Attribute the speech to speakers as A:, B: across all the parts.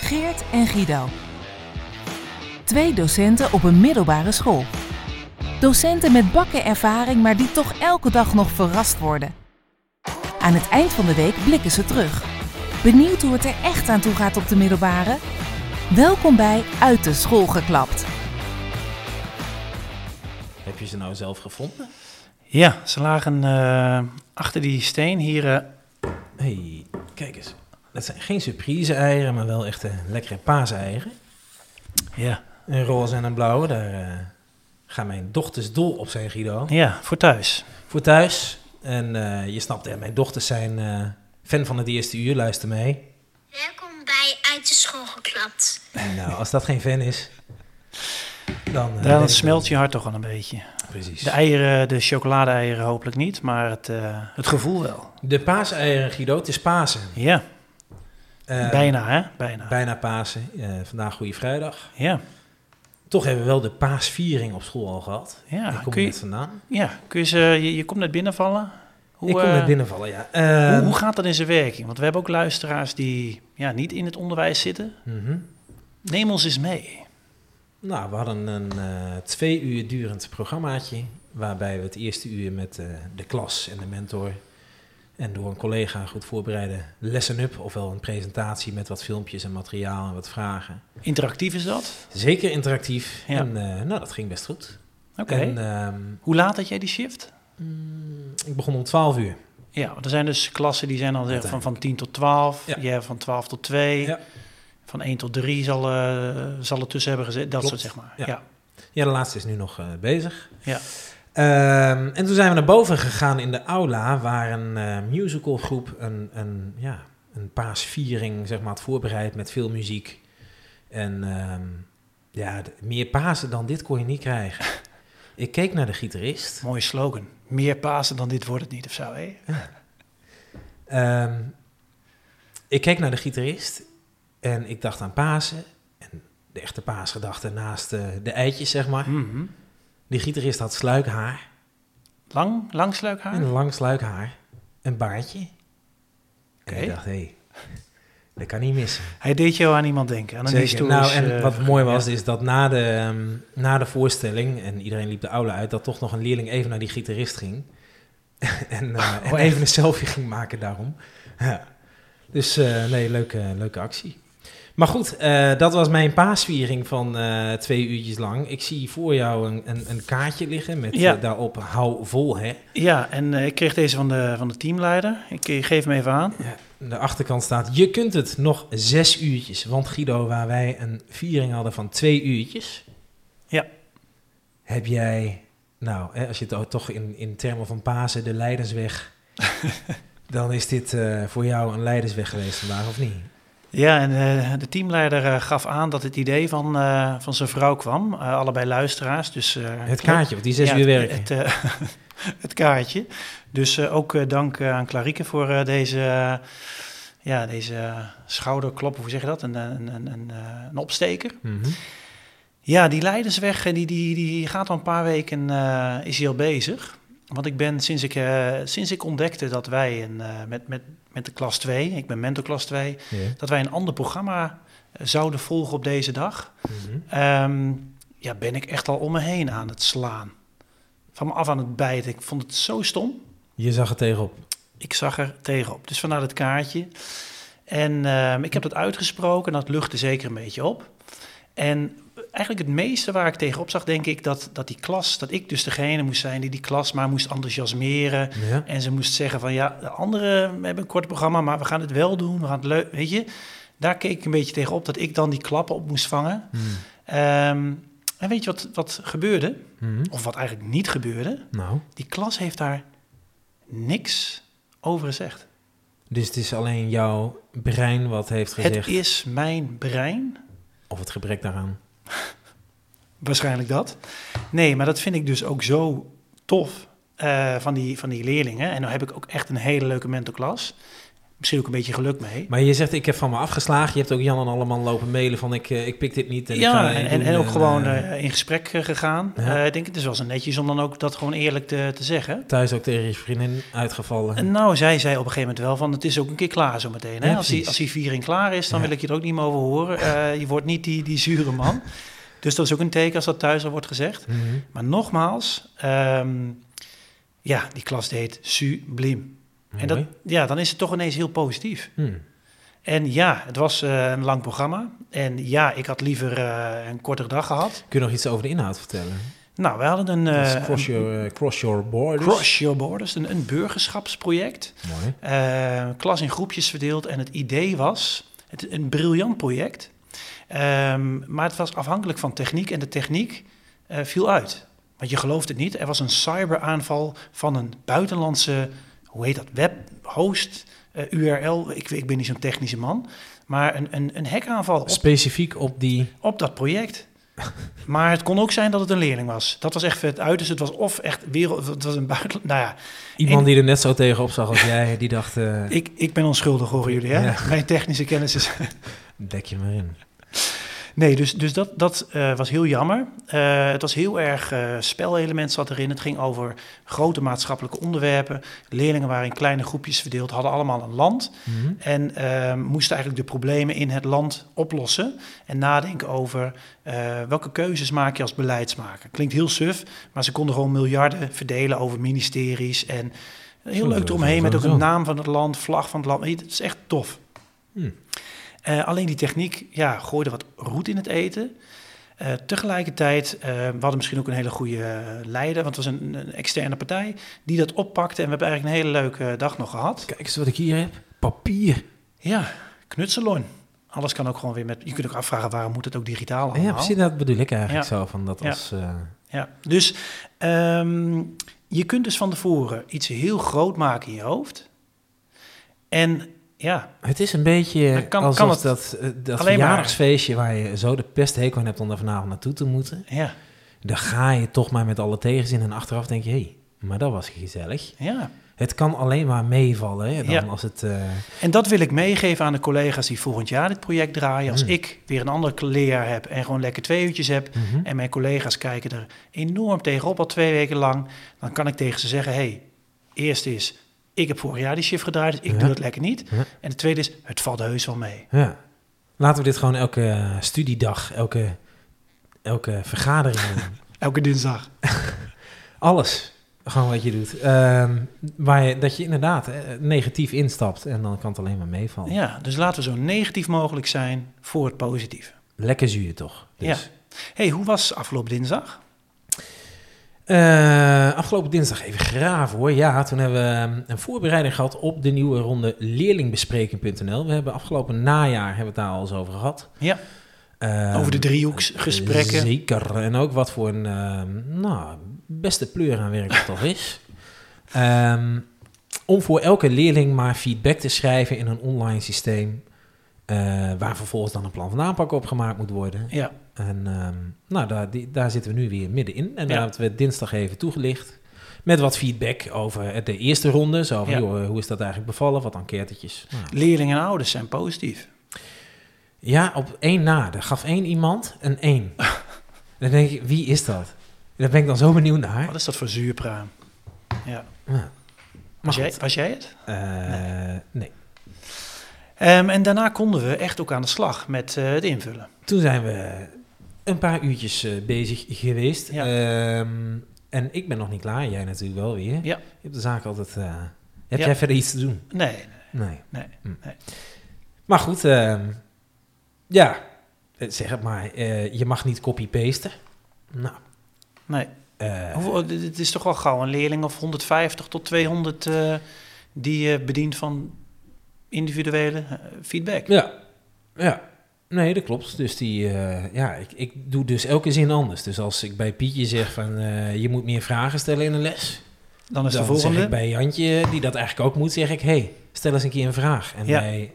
A: Geert en Guido. Twee docenten op een middelbare school. Docenten met bakken ervaring, maar die toch elke dag nog verrast worden. Aan het eind van de week blikken ze terug. Benieuwd hoe het er echt aan toe gaat op de middelbare? Welkom bij Uit de School geklapt.
B: Heb je ze nou zelf gevonden?
C: Ja, ze lagen eh, achter die steen hier. eh,
B: hey, kijk eens. Dat zijn geen surprise-eieren, maar wel echt eh, lekkere paaseieren.
C: ja,
B: Een roze en een blauwe, daar eh, gaan mijn dochters dol op zijn, Guido.
C: ja, voor thuis.
B: Voor thuis. En eh, je snapt, hè, mijn dochters zijn eh, fan van het eerste uur, luister mee.
D: Welkom bij Uit de School geklapt.
B: En nou, als dat geen fan is, dan... eh, weet
C: Dan
B: ik
C: smelt je hart toch al een beetje.
B: wel. Precies.
C: De
B: De,
C: eieren, de chocolade-eieren hopelijk niet, maar het, eh, het gevoel wel.
B: paaseieren, Guido, het is Pasen.
C: Ja,
B: Eh,
C: bijna hè, bijna.
B: Bijna Pasen. Eh, vandaag Goede Vrijdag.
C: Ja,
B: Toch hebben we wel de paasviering op school al gehad.
C: ja.
B: Daar kom je
C: kun je,
B: net vandaan.
C: ja, kun je, ze, je, je komt net binnenvallen. Hoe,
B: ik kom
C: eh,
B: net binnenvallen, ja.
C: hoe,
B: Ehm,
C: hoe gaat dat in zijn werking? Want we hebben ook luisteraars die ja, niet in het onderwijs zitten.
B: mhm.
C: Neem ons eens mee.
B: Nou, we hadden een eh, twee uur durend programmaatje. Waarbij we het eerste uur met eh, de klas en de mentor. En door een collega goed voorbereide lessen-up. Ofwel een presentatie met wat filmpjes en materiaal en wat vragen.
C: Interactief is dat?
B: Zeker interactief.
C: Ja.
B: En eh, nou, dat ging best goed.
C: Oké.
B: En ehm,
C: Hoe laat had jij die shift?
B: mm, ik begon om 12 uur.
C: Ja, want er zijn dus klassen die zijn dan zeg, van, van 10 tot 12.
B: Ja.
C: Je hebt van 12 tot 2.
B: Ja.
C: Van 1 tot 3 zal, eh zal er tussen hebben gezet. Dat
B: Klopt.
C: soort zeg maar. Ja.
B: Ja. Ja, de laatste is nu nog eh, bezig.
C: Ja.
B: Ehm, en toen zijn we naar boven gegaan in de aula, waar een eh, musicalgroep een, een, ja, een paasviering zeg maar, had voorbereid met veel muziek. En ehm, ja, d- meer Pasen dan dit kon je niet krijgen. Ik keek naar de gitarist.
C: Mooie slogan. Meer Pasen dan dit wordt het niet of zo. Hè?
B: Ehm, ik keek naar de gitarist en ik dacht aan Pasen. En de echte paasgedachte naast eh, de eitjes, zeg maar.
C: Mhm.
B: Die gitarist had sluikhaar.
C: Lang, lang sluikhaar?
B: Een lang sluik haar. Een baardje.
C: Oké.
B: En ik dacht, hé, dat kan niet missen.
C: Hij deed jou aan iemand denken. Aan een
B: Zeker.
C: historisch...
B: Nou, en
C: eh,
B: wat mooi was, is dat na de, ehm, na de voorstelling, en iedereen liep de aula uit, dat toch nog een leerling even naar die gitarist ging. en, eh,
C: Oh,
B: en even een selfie ging maken daarom. Ja. Dus eh, nee, leuke, leuke actie. Maar goed, eh, dat was mijn paasviering van eh, twee uurtjes lang. Ik zie voor jou een, een, een kaartje liggen met
C: Ja.
B: eh, daarop hou vol, hè.
C: Ja, en eh, ik kreeg deze van de, van de teamleider. Ik, ik geef hem even aan.
B: Aan de achterkant staat, je kunt het nog zes uurtjes. Want Guido, waar wij een viering hadden van twee uurtjes.
C: Ja.
B: Heb jij, nou, hè, als je het ook toch in, in termen van Pasen, de Leidensweg. dan is dit eh, voor jou een Leidensweg geweest vandaag, of niet?
C: Ja, en eh, de teamleider eh, gaf aan dat het idee van, eh, van zijn vrouw kwam. Eh, allebei luisteraars. Dus, eh,
B: Het kaartje, want die zes
C: Ja,
B: uur
C: het-
B: werken.
C: Het, eh, het kaartje. Dus eh, ook eh, dank eh, aan Clarike voor eh, deze, eh, ja, deze schouderklop, hoe zeg je dat? Een, een, een, een, eh, een opsteker.
B: Mhm.
C: Ja, die leidersweg eh, die, die, die gaat al een paar weken eh, is hij al bezig. Want ik ben sinds ik, eh, sinds ik ontdekte dat wij een, eh, met, met, met de klas 2, ik ben mentor klas 2,
B: Ja.
C: dat wij een ander programma eh, zouden volgen op deze dag.
B: Mhm.
C: Ehm, ja, ben ik echt al om me heen aan het slaan. Van me af aan het bijten. Ik vond het zo stom.
B: Je zag het tegenop.
C: Ik zag er tegenop. Dus vandaar het kaartje. En ehm, ik heb dat uitgesproken. Dat luchtte zeker een beetje op. En eigenlijk het meeste waar ik tegenop zag, denk ik, dat, dat die klas, dat ik dus degene moest zijn die die klas maar moest enthousiasmeren.
B: Ja.
C: En ze moest zeggen van ja, de anderen hebben een kort programma, maar we gaan het wel doen. We gaan het leuk, weet je. Daar keek ik een beetje tegenop dat ik dan die klappen op moest vangen.
B: Mhm.
C: Ehm, en weet je wat, wat gebeurde?
B: Mhm.
C: Of wat eigenlijk niet gebeurde?
B: Nou,
C: Die klas heeft daar niks over gezegd.
B: dus het is alleen jouw brein wat heeft gezegd.
C: Het is mijn brein.
B: Of het gebrek daaraan.
C: Waarschijnlijk dat. Nee, maar dat vind ik dus ook zo tof eh, van, die, van die leerlingen. En dan heb ik ook echt een hele leuke mentorklas. misschien ook een beetje geluk mee.
B: Maar je zegt, ik heb van me afgeslagen. Je hebt ook Jan en allemaal lopen mailen van, ik, eh, ik pik dit niet. En ik ga
C: ja,
B: het
C: en,
B: niet
C: en,
B: doen
C: en ook gewoon
B: eh,
C: eh, in gesprek eh, gegaan.
B: Ja.
C: Eh, ik denk, het is wel zo netjes om dan ook dat gewoon eerlijk te, te zeggen.
B: thuis ook tegen je vriendin uitgevallen.
C: En nou, zij zei op een gegeven moment wel van, het is ook een keer klaar zo meteen. Hè?
B: Ja,
C: als, die,
B: precies.
C: als die viering klaar is, dan
B: Ja.
C: wil ik je er ook niet meer over horen. Eh, je wordt niet die, die zure man. Dus dat is ook een teken als dat thuis al wordt gezegd.
B: Mhm.
C: Maar nogmaals, ehm, ja, die klas deed subliem. En dat,
B: Mooi.
C: ja, dan is het toch ineens heel positief.
B: Hm.
C: En ja, het was eh, een lang programma. En ja, ik had liever eh, een kortere dag gehad.
B: Kun je nog iets over de inhoud vertellen?
C: Nou, we hadden een,
B: Dat is
C: eh,
B: cross, your, eh, cross Your Borders.
C: Cross Your Borders, een, een burgerschapsproject.
B: Mooi.
C: Eh, klas in groepjes verdeeld. En het idee was, het, een briljant project. Ehm, maar het was afhankelijk van techniek. En de techniek eh, viel uit. Want je gelooft het niet, er was een cyberaanval van een buitenlandse, hoe heet dat, webhost, eh, URL. Ik, ik ben niet zo'n technische man. Maar een, een, een hackaanval op
B: Specifiek op die...
C: op dat project. Maar het kon ook zijn dat het een leerling was. Dat was echt het uiterste. Het was of echt wereld, het was een buitenland. Nou ja,
B: Iemand die er net zo tegenop zag als jij, die dacht, eh,
C: ik, ik ben onschuldig, horen jullie. Hè?
B: Ja.
C: Mijn technische kennis is.
B: dek je maar in.
C: Nee, dus, dus dat, dat eh, was heel jammer. Eh, het was heel erg eh, spelelement zat erin. Het ging over grote maatschappelijke onderwerpen. Leerlingen waren in kleine groepjes verdeeld, hadden allemaal een land.
B: Mhm.
C: En eh, moesten eigenlijk de problemen in het land oplossen. En nadenken over eh, welke keuzes maak je als beleidsmaker. Klinkt heel suf, maar ze konden gewoon miljarden verdelen over ministeries. En heel
B: Zo,
C: leuk
B: zo,
C: eromheen
B: zo,
C: met ook
B: zo.
C: een naam van het land, vlag van het land. Weet je, Het is echt tof.
B: Hm.
C: Eh, alleen die techniek ja, gooide wat roet in het eten. Eh, tegelijkertijd, eh, we hadden misschien ook een hele goede eh, leider, want het was een, een externe partij die dat oppakte. En we hebben eigenlijk een hele leuke dag nog gehad.
B: Kijk eens wat ik hier heb. Papier.
C: Ja, knutselon. Alles kan ook gewoon weer met... Je kunt ook afvragen waarom moet het ook digitaal allemaal.
B: Ja, precies, dat bedoel ik eigenlijk
C: Ja.
B: zo. Van dat
C: Ja.
B: als, eh,
C: Ja, dus ehm, je kunt dus van tevoren iets heel groot maken in je hoofd. En ja,
B: het is een beetje
C: Maar kan-
B: alsof
C: kan het
B: dat, eh, dat
C: alleen maar-
B: verjaardagsfeestje waar je zo de pest hekel aan hebt om daar vanavond naartoe te moeten.
C: ja,
B: Dan ga je toch maar met alle tegenzin en achteraf denk je, hé, maar dat was gezellig.
C: ja.
B: Het kan alleen maar meevallen hè, dan
C: Ja.
B: als het... eh,
C: En dat wil ik meegeven aan de collega's die volgend jaar dit project draaien. Als
B: Hmm.
C: ik weer een ander leerjaar heb en gewoon lekker twee uurtjes heb...
B: mhm.
C: en mijn collega's kijken er enorm tegenop al twee weken lang, dan kan ik tegen ze zeggen: hey, eerst is, ik heb vorig jaar die shift gedraaid, dus ik
B: Ja.
C: doe dat lekker niet.
B: Ja.
C: En de tweede is, het valt heus wel mee.
B: Ja. Laten we dit gewoon elke eh, studiedag, elke, elke vergadering doen.
C: Elke dinsdag.
B: Alles. Gewoon wat je doet. Ehm, waar je, dat je inderdaad eh, negatief instapt en dan kan het alleen maar meevallen.
C: Ja, dus laten we zo negatief mogelijk zijn voor het positieve.
B: Lekker zuur toch? Dus.
C: hey, hoe was afgelopen dinsdag?
B: Eh, afgelopen dinsdag even graven hoor. Ja, toen hebben we ehm, een voorbereiding gehad op de nieuwe ronde leerlingbespreking.nl. We hebben afgelopen najaar hebben we het daar al eens over gehad.
C: Ja,
B: Ehm,
C: over de driehoeksgesprekken.
B: Zeker. En ook wat voor een ehm, nou, beste pleur aan werk dat toch is. Ehm, om voor elke leerling maar feedback te schrijven in een online systeem. eh, waar vervolgens dan een plan van aanpak op gemaakt moet worden.
C: ja,
B: En ehm, nou, daar, die, daar zitten we nu weer middenin. En daar
C: Ja.
B: hebben we het dinsdag even toegelicht. Met wat feedback over de eerste ronde. Zo van,
C: Ja.
B: joh, eh, hoe is dat eigenlijk bevallen? Wat enquêtetjes. Nou,
C: leerlingen en ouders zijn positief.
B: ja, op één na. Er gaf één iemand een één. dan denk ik, wie is dat? Daar ben ik dan zo benieuwd naar.
C: Wat is dat voor zuurpraam? Ja.
B: Ja. Maar
C: Was, jij,
B: goed,
C: was jij het?
B: eh, nee.
C: Ehm, en daarna konden we echt ook aan de slag met eh, het invullen.
B: Toen zijn we een paar uurtjes eh, bezig geweest.
C: Ja.
B: Ehm, en ik ben nog niet klaar. Jij natuurlijk wel weer.
C: Ja.
B: Je hebt de zaak altijd... eh, heb
C: Ja.
B: jij verder iets te doen?
C: Nee,
B: Nee.
C: Nee,
B: Hm.
C: nee.
B: Maar goed, ehm, ja. Eh, Zeg het maar. eh, je mag niet copy-pasten. Nou.
C: nee.
B: eh,
C: Hoeveel- dit- dit is toch wel gauw een leerling of 150 tot 200 eh, die je bedient van individuele eh, feedback.
B: Ja, ja. Nee, dat klopt. Dus die, eh, ja, ik, ik doe dus elke zin anders. Dus als ik bij Pietje zeg van eh, je moet meer vragen stellen in een les,
C: Dan is
B: dan
C: de
B: zeg
C: volgende.
B: ik bij Jantje, die dat eigenlijk ook moet, zeg ik hey, stel eens een keer een vraag. En
C: Ja.
B: bij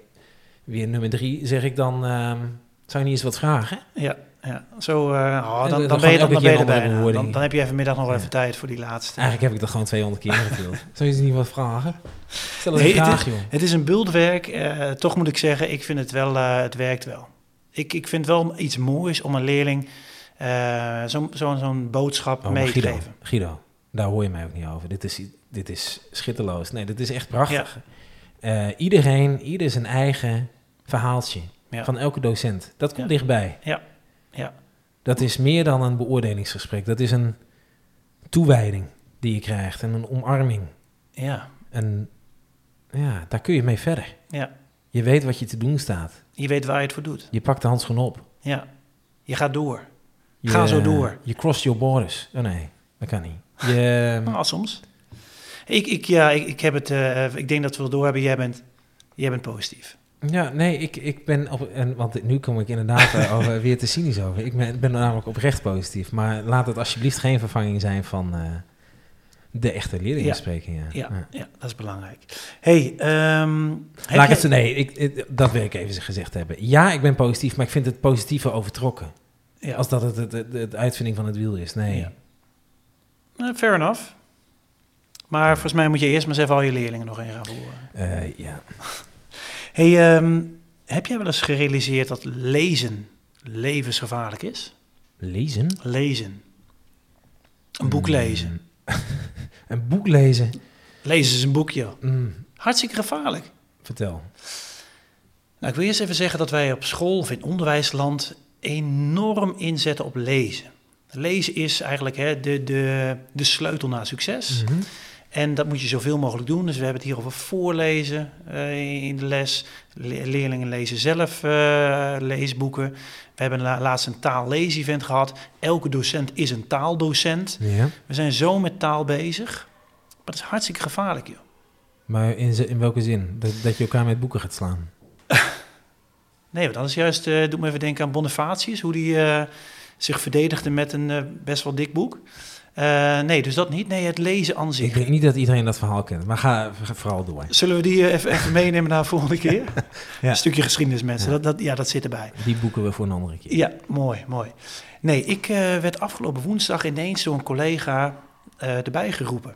B: weer nummer drie zeg ik dan, ehm, zou je niet eens wat vragen?
C: Ja, ja. Zo, eh, oh,
B: En dan
C: dan, dan ben
B: gewoon
C: je, dan,
B: elke keer
C: dan ben je
B: een andere
C: er bijna.
B: bewoording.
C: Dan, dan heb je vanmiddag nog wel
B: Ja.
C: even tijd voor die laatste.
B: Eigenlijk heb ik dat gewoon 200 keer gedeeld. Zou je ze niet wat vragen? Stel eens
C: Nee,
B: een vraag,
C: het,
B: joh.
C: is, het is een bultwerk. eh, toch moet ik zeggen, ik vind het wel, eh, het werkt wel. Ik, ik vind wel iets moois om een leerling eh, zo'n zo'n zo'n boodschap
B: Oh, maar
C: mee te
B: Guido,
C: geven.
B: Guido, daar hoor je mij ook niet over. Dit is, dit is schitterloos. Nee, dit is echt prachtig. Eh, iedereen, ieder zijn eigen verhaaltje
C: Ja.
B: van elke docent. Dat komt
C: Ja.
B: dichtbij.
C: Ja. Ja.
B: Dat is meer dan een beoordelingsgesprek. Dat is een toewijding die je krijgt en een omarming.
C: Ja,
B: En ja, daar kun je mee verder.
C: ja.
B: Je weet wat je te doen staat.
C: Je weet waar je het voor doet.
B: Je pakt de handschoen op.
C: Ja. Je gaat door.
B: Je,
C: Ga zo door.
B: Je cross your borders. Oh nee, dat kan niet. Je,
C: Nou, soms. Ik, ik, ja, ik, ik, heb het, eh, ik denk dat we wel doorhebben. Jij bent, jij bent positief.
B: Ja, nee, ik, ik ben op. En, want nu kom ik inderdaad eh, over, weer te cynisch over. Ik ben, ben namelijk oprecht positief. Maar laat het alsjeblieft geen vervanging zijn van eh, de echte leerlingenbespreking. Ja.
C: Ja,
B: Ja.
C: ja. dat is belangrijk. hey, ehm, heb
B: Laat ik
C: jij-
B: het, nee, ik, ik- dat wil ik even gezegd hebben. Ja, ik ben positief, maar ik vind het positieve overtrokken.
C: Ja.
B: Als dat het, het, het, het uitvinding van het wiel is. Nee.
C: Ja. Nou, fair enough. Maar volgens mij moet je eerst maar eens even al je leerlingen nog in gaan voeren.
B: Eh, ja.
C: hey, ehm, heb jij wel eens gerealiseerd dat lezen levensgevaarlijk is?
B: Lezen?
C: Lezen. Een boek lezen.
B: Mm. een boek lezen.
C: Lezen is een boek, joh.
B: Mm,
C: Hartstikke gevaarlijk.
B: Vertel.
C: Nou, ik wil eerst even zeggen dat wij op school of in onderwijsland enorm inzetten op lezen. Lezen is eigenlijk hè, de, de, de sleutel naar succes.
B: Mhm.
C: En dat moet je zoveel mogelijk doen. Dus we hebben het hier over voorlezen eh, in de les. Le- leerlingen lezen zelf eh, leesboeken. We hebben la- laatst een taallees-event gehad. Elke docent is een taaldocent.
B: Ja.
C: We zijn zo met taal bezig. Maar dat is hartstikke gevaarlijk, joh.
B: Maar in, ze- in welke zin? Dat, dat je elkaar met boeken gaat slaan?
C: Nee, want dat is juist... eh doet me even denken aan Bonifacius. Hoe die eh, zich verdedigde met een eh, best wel dik boek. Eh, nee, dus dat niet. Nee, het lezen aan zich.
B: Dus Ik denk niet dat iedereen dat verhaal kent, maar ga, ga vooral door.
C: Zullen we die eh, even, even meenemen naar de volgende keer?
B: Ja.
C: Een stukje geschiedenis, mensen.
B: Ja.
C: Dat, dat, ja, dat zit erbij.
B: Die boeken we voor een andere keer.
C: Ja, mooi, mooi. Nee, ik eh, werd afgelopen woensdag ineens door een collega eh, erbij geroepen.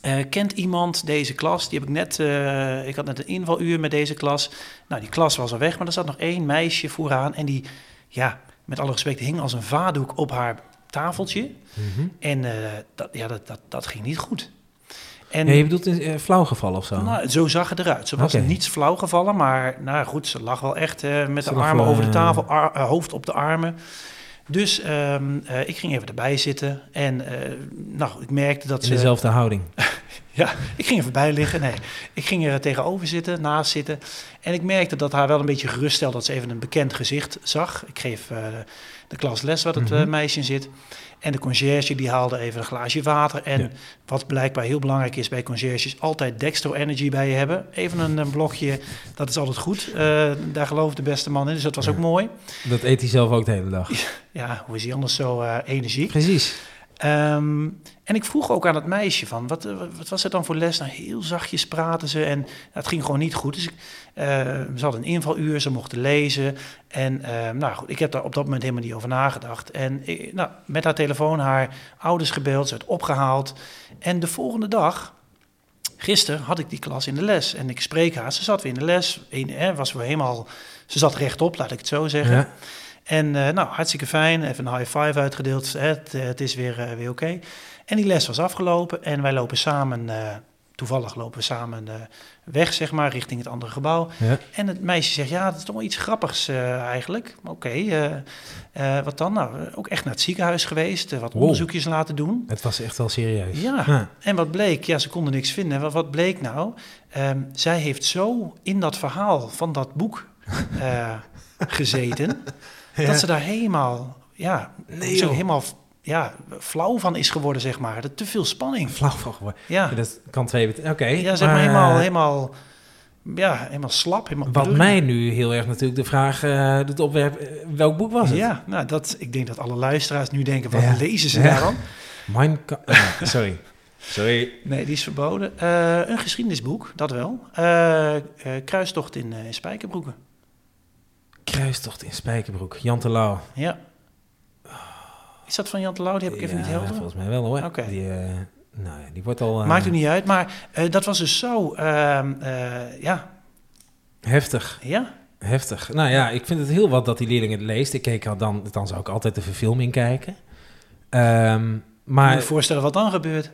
C: Eh, kent iemand deze klas? Die heb ik net, eh, ik had net een invaluur met deze klas. Nou, die klas was al weg, maar er zat nog één meisje vooraan. En die, ja, met alle respect, hing als een vadoek op haar tafeltje.
B: Mhm.
C: En eh, dat, ja, dat, dat, dat ging niet goed. En,
B: Ja, je bedoelt een eh, flauwgeval of zo?
C: nou, zo zag het eruit. Ze was
B: Oké.
C: niets flauw gevallen, maar nou goed, ze lag wel echt eh, met
B: Ze
C: de
B: lag
C: armen
B: wel,
C: over de
B: eh,
C: tafel, ar- eh, hoofd op de armen. Dus ehm, eh, ik ging even erbij zitten en eh, nou, ik merkte dat
B: in
C: ze...
B: dezelfde houding.
C: Ja, ik ging er voorbij liggen. Nee, ik ging er tegenover zitten, naast zitten. En ik merkte dat haar wel een beetje gerust stelde dat ze even een bekend gezicht zag. Ik geef eh, de klas les waar het
B: Mhm.
C: eh, meisje in zit. En de conciërge die haalde even een glaasje water. En
B: Ja.
C: wat blijkbaar heel belangrijk is bij conciërges, altijd Dextro Energy bij je hebben. Even een, eh, blokje, dat is altijd goed. Eh, daar gelooft de beste man in, dus dat was ook
B: Ja.
C: mooi.
B: Dat eet hij zelf ook de hele dag.
C: Ja, hoe is hij anders zo eh, energiek?
B: Precies.
C: Ehm, en ik vroeg ook aan het meisje van, wat, eh, wat was het dan voor les? Nou, heel zachtjes praten ze en het ging gewoon niet goed. Dus ik, eh, ze hadden een invaluur, ze mochten lezen. En eh, nou goed, ik heb daar op dat moment helemaal niet over nagedacht. En eh, nou, met haar telefoon haar ouders gebeld, ze werd opgehaald. En de volgende dag, gisteren, had ik die klas in de les. En ik spreek haar, ze zat weer in de les. In, eh, was weer helemaal, ze zat rechtop, laat ik het zo zeggen.
B: Ja.
C: En eh, nou, hartstikke fijn. Even een high five uitgedeeld. Hè, Het, eh, het is weer, eh, weer oké. En die les was afgelopen. En wij lopen samen, eh, toevallig lopen we samen eh, weg, zeg maar, richting het andere gebouw.
B: Ja.
C: En het meisje zegt, ja, dat is toch wel iets grappigs eh, eigenlijk. Maar Oké, eh, eh, wat dan? Nou, ook echt naar het ziekenhuis geweest. eh, wat
B: Wow.
C: onderzoekjes laten doen.
B: Het was echt wel serieus.
C: Ja. En wat bleek? Ja, ze konden niks vinden. Wat, wat bleek nou? Ehm, zij heeft zo in dat verhaal van dat boek eh, gezeten, dat ze daar helemaal, ja,
B: Nee,
C: zo
B: joh.
C: helemaal ja, flauw van is geworden, zeg maar. Dat te veel spanning.
B: Flauw van geworden.
C: Ja,
B: Ja, Dat kan twee bet- Oké.
C: Ah. ja zeg maar
B: eh,
C: helemaal, helemaal, ja, helemaal slap. Helemaal
B: Wat
C: blurry.
B: mij nu heel erg natuurlijk de vraag eh doet opwerpen, eh, welk boek was het?
C: Ja, nou, dat, ik denk dat alle luisteraars nu denken, wat
B: Ja.
C: lezen ze
B: Ja.
C: daar dan?
B: Mijn ka- eh, sorry. Sorry.
C: Nee, die is verboden. Eh, een geschiedenisboek, dat wel. Eh, eh, kruistocht in, eh, in Spijkerbroeken.
B: Kruistocht in Spijkerbroek. Jan Terlouw.
C: Ja, Is dat van Jan Terlouw? Die heb ik even
B: Ja,
C: niet helder.
B: Volgens mij wel hoor.
C: Oké.
B: Die, eh, nou ja, die wordt al eh,
C: Maakt het niet uit, maar eh, dat was dus zo. ehm, eh, ja,
B: heftig.
C: ja.
B: Heftig. Nou ja, ik vind het heel wat dat die leerling het leest. Ik keek al dan, dan zou ik altijd de verfilming kijken. Ehm,
C: Maar, je
B: maar
C: voorstellen wat dan gebeurt.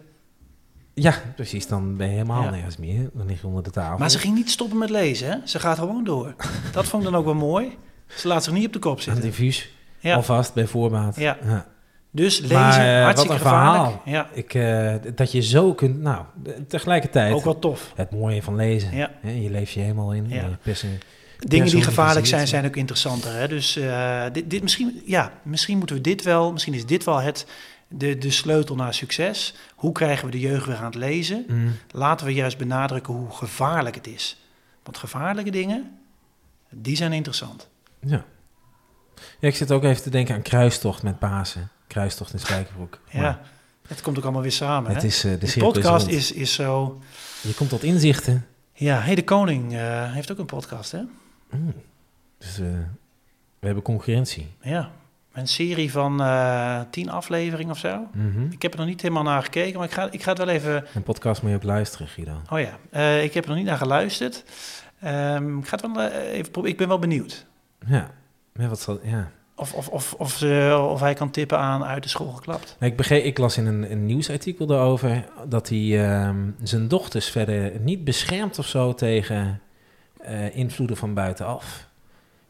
B: ja, precies, dan ben je helemaal
C: Ja.
B: nergens meer. Dan lig je onder de tafel.
C: Maar ze ging niet stoppen met lezen, hè? Ze gaat gewoon door. Dat vond ik dan ook wel mooi. Ze laat zich niet op de kop
B: Een
C: zitten.
B: diffuus,
C: Ja.
B: alvast bij voorbaat.
C: Ja.
B: Ja.
C: Dus lezen,
B: Maar, eh,
C: hartstikke
B: wat een verhaal.
C: gevaarlijk. Ja,
B: Ik, eh, dat je zo kunt, nou, tegelijkertijd
C: ook wel tof.
B: het mooie van lezen.
C: Ja.
B: Hè, Je leeft je helemaal in.
C: Ja.
B: Je persen-
C: Dingen die
B: persoonlijk
C: gevaarlijk zijn,
B: gezien.
C: zijn ook interessanter. Hè? Dus eh, dit, dit misschien, ja, misschien moeten we dit wel, misschien is dit wel het, de, de sleutel naar succes. Hoe krijgen we de jeugd weer aan het lezen?
B: Mm.
C: Laten we juist benadrukken hoe gevaarlijk het is. Want gevaarlijke dingen, die zijn interessant.
B: Ja. ja. Ik zit ook even te denken aan kruistocht met Pasen. Kruistocht in Spijkerbroek.
C: Ja,
B: Maar
C: het komt ook allemaal weer samen.
B: Het
C: hè?
B: is, eh, de
C: de
B: cirkel is
C: podcast
B: rond.
C: is, is zo...
B: Je komt tot inzichten.
C: Ja, hey, de koning eh, heeft ook een podcast, hè?
B: Mm. Dus eh, we hebben concurrentie.
C: Ja, een serie van eh, tien afleveringen of zo.
B: Mhm.
C: Ik heb er nog niet helemaal naar gekeken, maar ik ga, ik ga het wel even...
B: Een podcast moet je ook luisteren, Guido.
C: Oh ja, eh, ik heb er nog niet naar geluisterd. Ehm, ik, ga het wel, eh, even proberen. ik ben wel benieuwd
B: Ja. Ja, wat zal, ja.
C: of, of, of, of, ze, of hij kan tippen aan uit de school geklapt.
B: Nou, ik, begreep, ik las in een, een nieuwsartikel daarover dat hij ehm, zijn dochters verder niet beschermt of zo tegen eh, invloeden van buitenaf.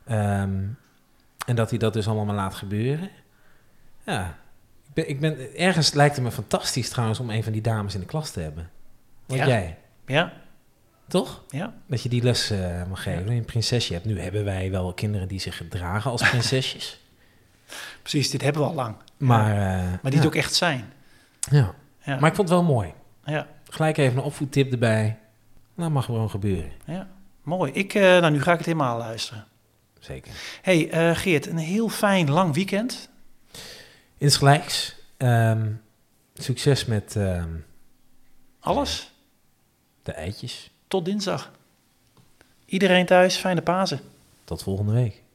B: Ehm, en dat hij dat dus allemaal maar laat gebeuren. Ja, ik ben, ik ben, ergens lijkt het me fantastisch trouwens om een van die dames in de klas te hebben. Wat
C: Ja.
B: jij,
C: Ja,
B: toch?
C: ja.
B: Dat je die les eh, mag geven. Een prinsesje hebt. Nu hebben wij wel kinderen die zich gedragen als prinsesjes.
C: precies, dit hebben we al lang.
B: maar, eh,
C: Maar die
B: ja.
C: het ook echt zijn.
B: Ja.
C: Ja.
B: Maar ik vond het wel mooi.
C: Ja,
B: Gelijk even een opvoedtip erbij. Nou, mag gewoon gebeuren.
C: ja. Mooi. Ik, eh, nou, nu ga ik het helemaal luisteren.
B: Zeker.
C: hey, eh, Geert, een heel fijn lang weekend.
B: Insgelijks. ehm, succes met ehm,
C: Alles.
B: de eitjes.
C: Tot dinsdag. Iedereen thuis, fijne Pasen.
B: Tot volgende week.